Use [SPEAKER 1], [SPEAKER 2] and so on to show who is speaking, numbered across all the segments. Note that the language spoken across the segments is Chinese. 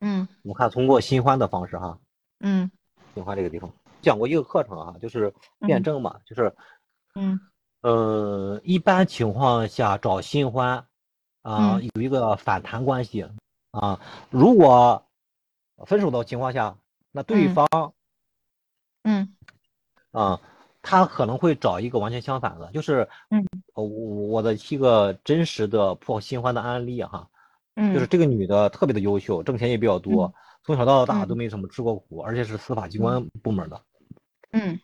[SPEAKER 1] 我们看通过新欢的方式哈，
[SPEAKER 2] 嗯
[SPEAKER 1] 新欢这个地方讲过一个课程啊，就是辩证嘛，就是
[SPEAKER 2] 嗯
[SPEAKER 1] 呃，一般情况下找新欢啊、
[SPEAKER 2] 嗯
[SPEAKER 1] 有一个反弹关系啊，如果分手的情况下，那对
[SPEAKER 2] 嗯
[SPEAKER 1] 方
[SPEAKER 2] 嗯
[SPEAKER 1] 啊、他可能会找一个完全相反的，就是
[SPEAKER 2] 嗯
[SPEAKER 1] 呃我我的一个真实的破新欢的案例哈，
[SPEAKER 2] 嗯，
[SPEAKER 1] 就是这个女的特别的优秀，挣钱也比较多，
[SPEAKER 2] 嗯
[SPEAKER 1] 从小到大
[SPEAKER 2] 嗯
[SPEAKER 1] 都没怎么吃过苦，而且是司法机关部门的。
[SPEAKER 2] 嗯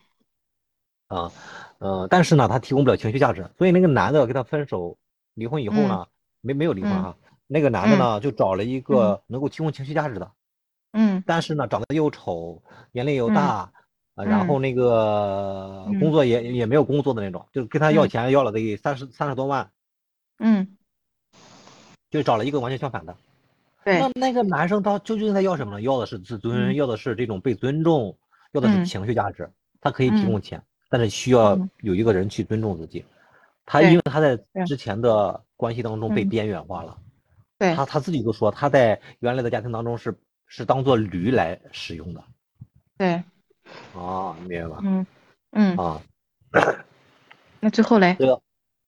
[SPEAKER 1] 啊，呃，但是呢，他提供不了情绪价值，所以那个男的跟他分手、离婚以后呢，没没有离婚
[SPEAKER 2] 嗯
[SPEAKER 1] 哈、那个男的呢就找了一个能够提供情绪价值的，
[SPEAKER 2] 嗯
[SPEAKER 1] 但是呢长得又丑，年龄又大，啊，然
[SPEAKER 2] 嗯
[SPEAKER 1] 后那个
[SPEAKER 2] 嗯
[SPEAKER 1] 工作也也没有工作的那种，就是跟他要
[SPEAKER 2] 嗯
[SPEAKER 1] 钱要了得三十三十多万，
[SPEAKER 2] 嗯，
[SPEAKER 1] 就找了一个完全相反的。
[SPEAKER 2] 对
[SPEAKER 1] 那，那个男生他究竟在要什么呢？要的是自尊，
[SPEAKER 2] 嗯
[SPEAKER 1] 要的是这种被尊重，要的
[SPEAKER 2] 嗯
[SPEAKER 1] 是情绪价值。他可以提
[SPEAKER 2] 嗯
[SPEAKER 1] 供钱，但是需要
[SPEAKER 2] 嗯
[SPEAKER 1] 有一个人去尊重自己。他
[SPEAKER 2] 对
[SPEAKER 1] 因为他在
[SPEAKER 2] 对
[SPEAKER 1] 之前的关系当中被
[SPEAKER 2] 嗯
[SPEAKER 1] 边缘化了，
[SPEAKER 2] 对
[SPEAKER 1] 他他自己都说他在原来的家庭当中是是当做驴来使用的
[SPEAKER 2] 对，
[SPEAKER 1] 啊，你明白吧？
[SPEAKER 2] 嗯嗯，
[SPEAKER 1] 啊，
[SPEAKER 2] 那最后嘞，
[SPEAKER 1] 这个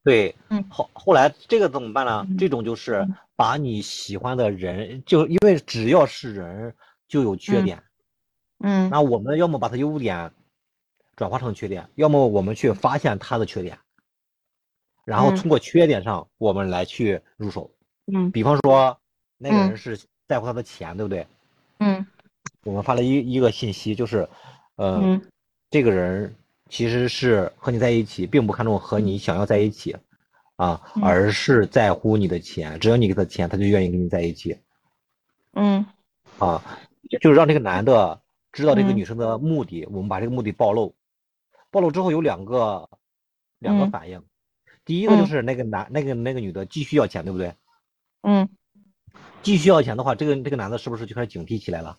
[SPEAKER 1] 对
[SPEAKER 2] 嗯，
[SPEAKER 1] 后后来这个怎么办呢
[SPEAKER 2] 嗯？
[SPEAKER 1] 这种就是
[SPEAKER 2] 嗯
[SPEAKER 1] 把你喜欢的人，就因为只要是人就有缺
[SPEAKER 2] 嗯
[SPEAKER 1] 点。
[SPEAKER 2] 嗯
[SPEAKER 1] 那我们要么把它优点转化成缺点，要么我们去发现它的缺点，然后
[SPEAKER 2] 嗯
[SPEAKER 1] 通过缺点上我们来去入手。
[SPEAKER 2] 嗯
[SPEAKER 1] 比方说，那个
[SPEAKER 2] 嗯
[SPEAKER 1] 人是在乎他的钱，对不对？
[SPEAKER 2] 嗯
[SPEAKER 1] 我们发了一一个信息，就是，呃，
[SPEAKER 2] 嗯
[SPEAKER 1] 这个人其实是和你在一起，并不看重和你想要在一起，啊，
[SPEAKER 2] 嗯
[SPEAKER 1] 而是在乎你的钱。只要你给他钱，他就愿意跟你在一起。
[SPEAKER 2] 嗯
[SPEAKER 1] 啊，就是让这个男的知道这个
[SPEAKER 2] 嗯
[SPEAKER 1] 女生的目的，我们把这个目的暴露。暴露之后有两个两个
[SPEAKER 2] 嗯
[SPEAKER 1] 反应，第一个就
[SPEAKER 2] 嗯
[SPEAKER 1] 是那个男、那个那个女的继续要钱，对不对？
[SPEAKER 2] 嗯
[SPEAKER 1] 继续要钱的话，这个这个男的是不是就开始警惕起来了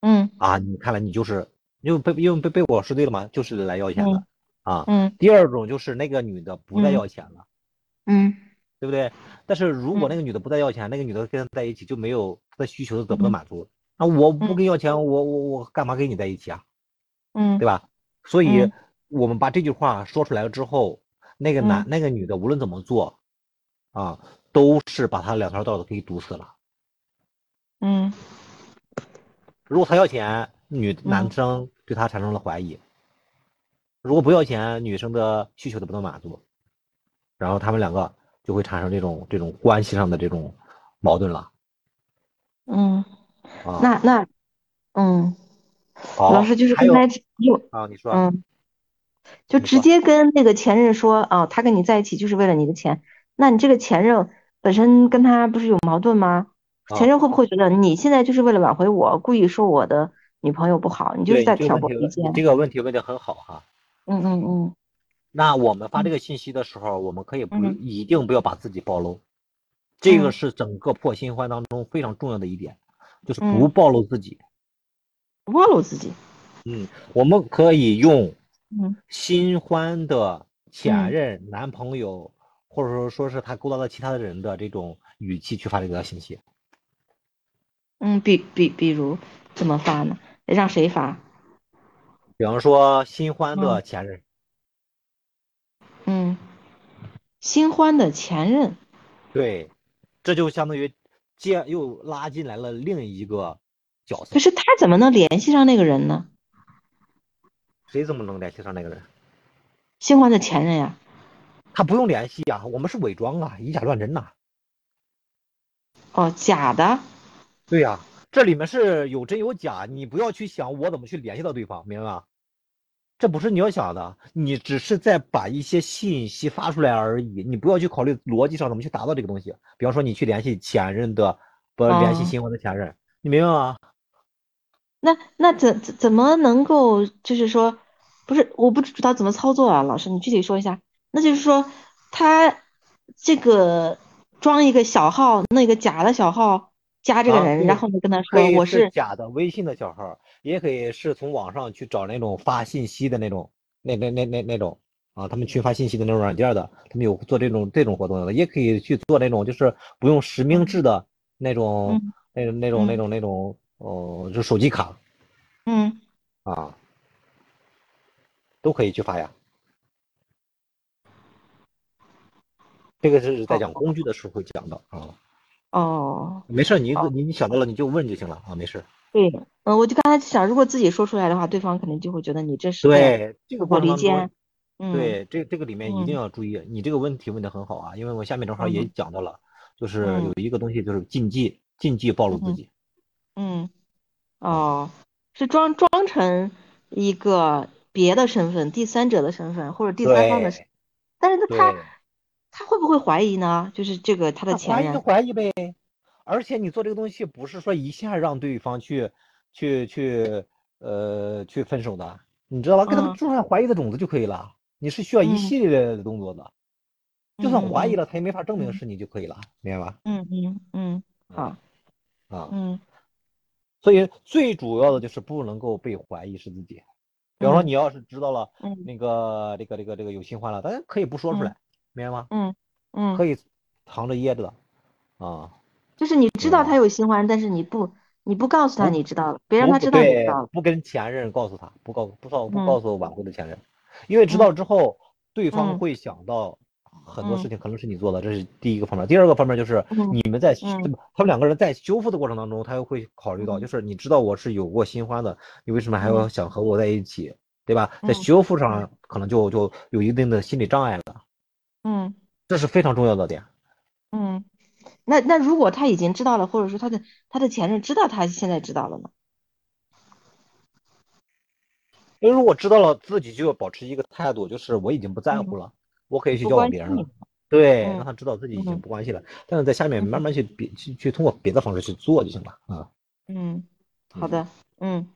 [SPEAKER 2] 嗯
[SPEAKER 1] 啊？你看来你就是因为被因为被被我说对了嘛，就是来要钱的、啊。
[SPEAKER 2] 嗯
[SPEAKER 1] 第二种就是那个女的不再
[SPEAKER 2] 嗯
[SPEAKER 1] 要钱了，
[SPEAKER 2] 嗯
[SPEAKER 1] 对不对？但是如果
[SPEAKER 2] 嗯
[SPEAKER 1] 那个女的不再要钱，那个女的跟他在一起就没有他的需求得不
[SPEAKER 2] 嗯
[SPEAKER 1] 到满足。那我不
[SPEAKER 2] 嗯
[SPEAKER 1] 跟要钱，我我我干嘛跟你在一起啊？
[SPEAKER 2] 嗯
[SPEAKER 1] 对吧？所以
[SPEAKER 2] 嗯
[SPEAKER 1] 我们把这句话说出来了之后，那个男、
[SPEAKER 2] 嗯
[SPEAKER 1] 那个女的无论怎么做，啊，都是把他两条道都给堵死了。
[SPEAKER 2] 嗯
[SPEAKER 1] 如果他要钱，女男
[SPEAKER 2] 嗯
[SPEAKER 1] 生对他产生了怀疑；如果不要钱，女生的需求得不到满足，然后他们两个就会产生这种这种关系上的这种矛盾了
[SPEAKER 2] 嗯，
[SPEAKER 1] 啊。
[SPEAKER 2] 那那嗯，
[SPEAKER 1] 好，
[SPEAKER 2] 老师就是
[SPEAKER 1] 还
[SPEAKER 2] 应
[SPEAKER 1] 有
[SPEAKER 2] 该用
[SPEAKER 1] 啊，你说，
[SPEAKER 2] 嗯。就
[SPEAKER 1] 你
[SPEAKER 2] 直
[SPEAKER 1] 说
[SPEAKER 2] 接跟那个前任说啊，他跟你在一起就是为了你的钱，那你这个前任本身跟他不是有矛盾吗？
[SPEAKER 1] 啊
[SPEAKER 2] 前任会不会觉得你现在就是为了挽回我，故意说我的女朋友不好，你就是
[SPEAKER 1] 对，
[SPEAKER 2] 在
[SPEAKER 1] 你这个
[SPEAKER 2] 挑
[SPEAKER 1] 问
[SPEAKER 2] 拨
[SPEAKER 1] 题
[SPEAKER 2] 离
[SPEAKER 1] 问，你
[SPEAKER 2] 间？
[SPEAKER 1] 这个问题问的很好哈、
[SPEAKER 2] 嗯嗯嗯
[SPEAKER 1] 那我们发这个信息的时候，我们可以不
[SPEAKER 2] 嗯
[SPEAKER 1] 一定不要把自己暴露，这个
[SPEAKER 2] 嗯
[SPEAKER 1] 是整个破新欢当中非常重要的一点，就是
[SPEAKER 2] 嗯
[SPEAKER 1] 不暴露自己。
[SPEAKER 2] 不暴露自己。
[SPEAKER 1] 嗯，我们可以用
[SPEAKER 2] 嗯
[SPEAKER 1] 新欢的前
[SPEAKER 2] 嗯
[SPEAKER 1] 任、男朋友，或者说说是他勾搭到其他的人的这种语气去发这个信息。
[SPEAKER 2] 嗯，比比比如怎么发呢？让谁发？
[SPEAKER 1] 比方说新欢的前任，
[SPEAKER 2] 嗯，新欢的前任。
[SPEAKER 1] 对，这就相当于接又拉进来了另一个角色
[SPEAKER 2] 可，是他怎么能联系上那个人呢？
[SPEAKER 1] 谁怎么能联系上那个人？
[SPEAKER 2] 新欢的前任呀。
[SPEAKER 1] 他不用联系呀、我们是伪装啊，以假乱真呐、
[SPEAKER 2] 哦，假的。
[SPEAKER 1] 对呀、这里面是有真有假，你不要去想我怎么去联系到对方，明白吗？这不是你要想的，你只是在把一些信息发出来而已，你不要去考虑逻辑上怎么去达到这个东西。比方说，你去联系前任的，不联系
[SPEAKER 2] 哦
[SPEAKER 1] 新婚的前任，你明白吗？
[SPEAKER 2] 那那怎怎怎么能够就是说，不是我不知道怎么操作啊，老师你具体说一下。那就是说，他这个装一个小号，弄一个假的小号加这个
[SPEAKER 1] 啊
[SPEAKER 2] 人，
[SPEAKER 1] 对
[SPEAKER 2] 然后呢跟他
[SPEAKER 1] 可
[SPEAKER 2] 说
[SPEAKER 1] 以
[SPEAKER 2] 我
[SPEAKER 1] 是
[SPEAKER 2] 是
[SPEAKER 1] 假的微信的小号，也可以是从网上去找那种发信息的那种，那那那那那种啊，他们群发信息的那种软件的，他们有做这种这种活动的，也可以去做那种就是不用实名制的那种
[SPEAKER 2] 嗯
[SPEAKER 1] 那那种那
[SPEAKER 2] 嗯
[SPEAKER 1] 种那种哦，就手机卡
[SPEAKER 2] 嗯，
[SPEAKER 1] 啊，都可以去发呀。这个是在讲工具的时候会讲到啊，
[SPEAKER 2] 哦，
[SPEAKER 1] 没事儿，你
[SPEAKER 2] 好
[SPEAKER 1] 你你想到了你就问就行了啊，没事儿。
[SPEAKER 2] 对，嗯，我就刚才就想，如果自己说出来的话，对方肯定就会觉得你这是在，
[SPEAKER 1] 对，这个
[SPEAKER 2] 我
[SPEAKER 1] 过程
[SPEAKER 2] 理
[SPEAKER 1] 当中
[SPEAKER 2] 解，嗯，
[SPEAKER 1] 对，这这个里面一定
[SPEAKER 2] 嗯
[SPEAKER 1] 要注意，你这个问题问的很好啊，因为我下面正好也
[SPEAKER 2] 嗯
[SPEAKER 1] 讲到了，就是
[SPEAKER 2] 嗯
[SPEAKER 1] 有一个东西就是禁忌，禁忌暴露自
[SPEAKER 2] 嗯
[SPEAKER 1] 己，
[SPEAKER 2] 嗯，哦，是装装成一个别的身份，第三者的身份或者第三方的身
[SPEAKER 1] 对
[SPEAKER 2] 但是
[SPEAKER 1] 对，
[SPEAKER 2] 他他会不会怀疑呢？就是这个他的
[SPEAKER 1] 那
[SPEAKER 2] 前
[SPEAKER 1] 怀疑
[SPEAKER 2] 任
[SPEAKER 1] 就，怀疑呗，而且你做这个东西不是说一下让对方去去去呃去分手的，你知道吧？给他们
[SPEAKER 2] 嗯
[SPEAKER 1] 种下怀疑的种子就可以了，你是需要一
[SPEAKER 2] 嗯
[SPEAKER 1] 系列的动作的，就算怀
[SPEAKER 2] 嗯
[SPEAKER 1] 疑了，他也没法证明
[SPEAKER 2] 嗯
[SPEAKER 1] 是你就可以了，明白吧？
[SPEAKER 2] 嗯嗯嗯嗯，好，
[SPEAKER 1] 啊。
[SPEAKER 2] 嗯
[SPEAKER 1] 所以最主要的就是不能够被怀疑是自己。比方说，
[SPEAKER 2] 嗯
[SPEAKER 1] 你要是知道了
[SPEAKER 2] 嗯
[SPEAKER 1] 那个、这个这个这个有新欢了，当然可以不说出来，明白吗？
[SPEAKER 2] 嗯嗯，
[SPEAKER 1] 可以藏着掖着的啊，
[SPEAKER 2] 就是你知道
[SPEAKER 1] 对
[SPEAKER 2] 他有新欢，但是你不你不告诉他
[SPEAKER 1] 不
[SPEAKER 2] 你知道了，别让
[SPEAKER 1] 不
[SPEAKER 2] 他知道你知
[SPEAKER 1] 对
[SPEAKER 2] 道了，，
[SPEAKER 1] 不跟前任告诉他，不告不告不
[SPEAKER 2] 嗯
[SPEAKER 1] 告诉挽回的前任，因为知道之后，对方
[SPEAKER 2] 嗯
[SPEAKER 1] 会想到很多
[SPEAKER 2] 嗯
[SPEAKER 1] 事情可能是你做的，这是第一个方面。第二个方面就是
[SPEAKER 2] 嗯
[SPEAKER 1] 你们在
[SPEAKER 2] 嗯
[SPEAKER 1] 他们两个人在修复的过程当中，他又会考虑到，
[SPEAKER 2] 嗯
[SPEAKER 1] 就是你知道我是有过新欢的，你为什么还要
[SPEAKER 2] 嗯
[SPEAKER 1] 想和我在一起，对吧？在
[SPEAKER 2] 嗯
[SPEAKER 1] 修复上可能就就有一定的心理障碍了，
[SPEAKER 2] 嗯
[SPEAKER 1] 这是非常重要的点。
[SPEAKER 2] 嗯。那那如果他已经知道了，或者说他的他的前任知道他现在知道了呢？
[SPEAKER 1] 因为如果知道了，自己就要保持一个态度，就是我已经不在乎了，我可以
[SPEAKER 2] 嗯
[SPEAKER 1] 去
[SPEAKER 2] 不
[SPEAKER 1] 交往
[SPEAKER 2] 关
[SPEAKER 1] 别人
[SPEAKER 2] 心你
[SPEAKER 1] 了。对，
[SPEAKER 2] 嗯
[SPEAKER 1] 让他知道自己已经
[SPEAKER 2] 嗯
[SPEAKER 1] 不关心了，但是在下面慢慢去别去去通过别的方式去做就行了啊。
[SPEAKER 2] 嗯，好的，嗯，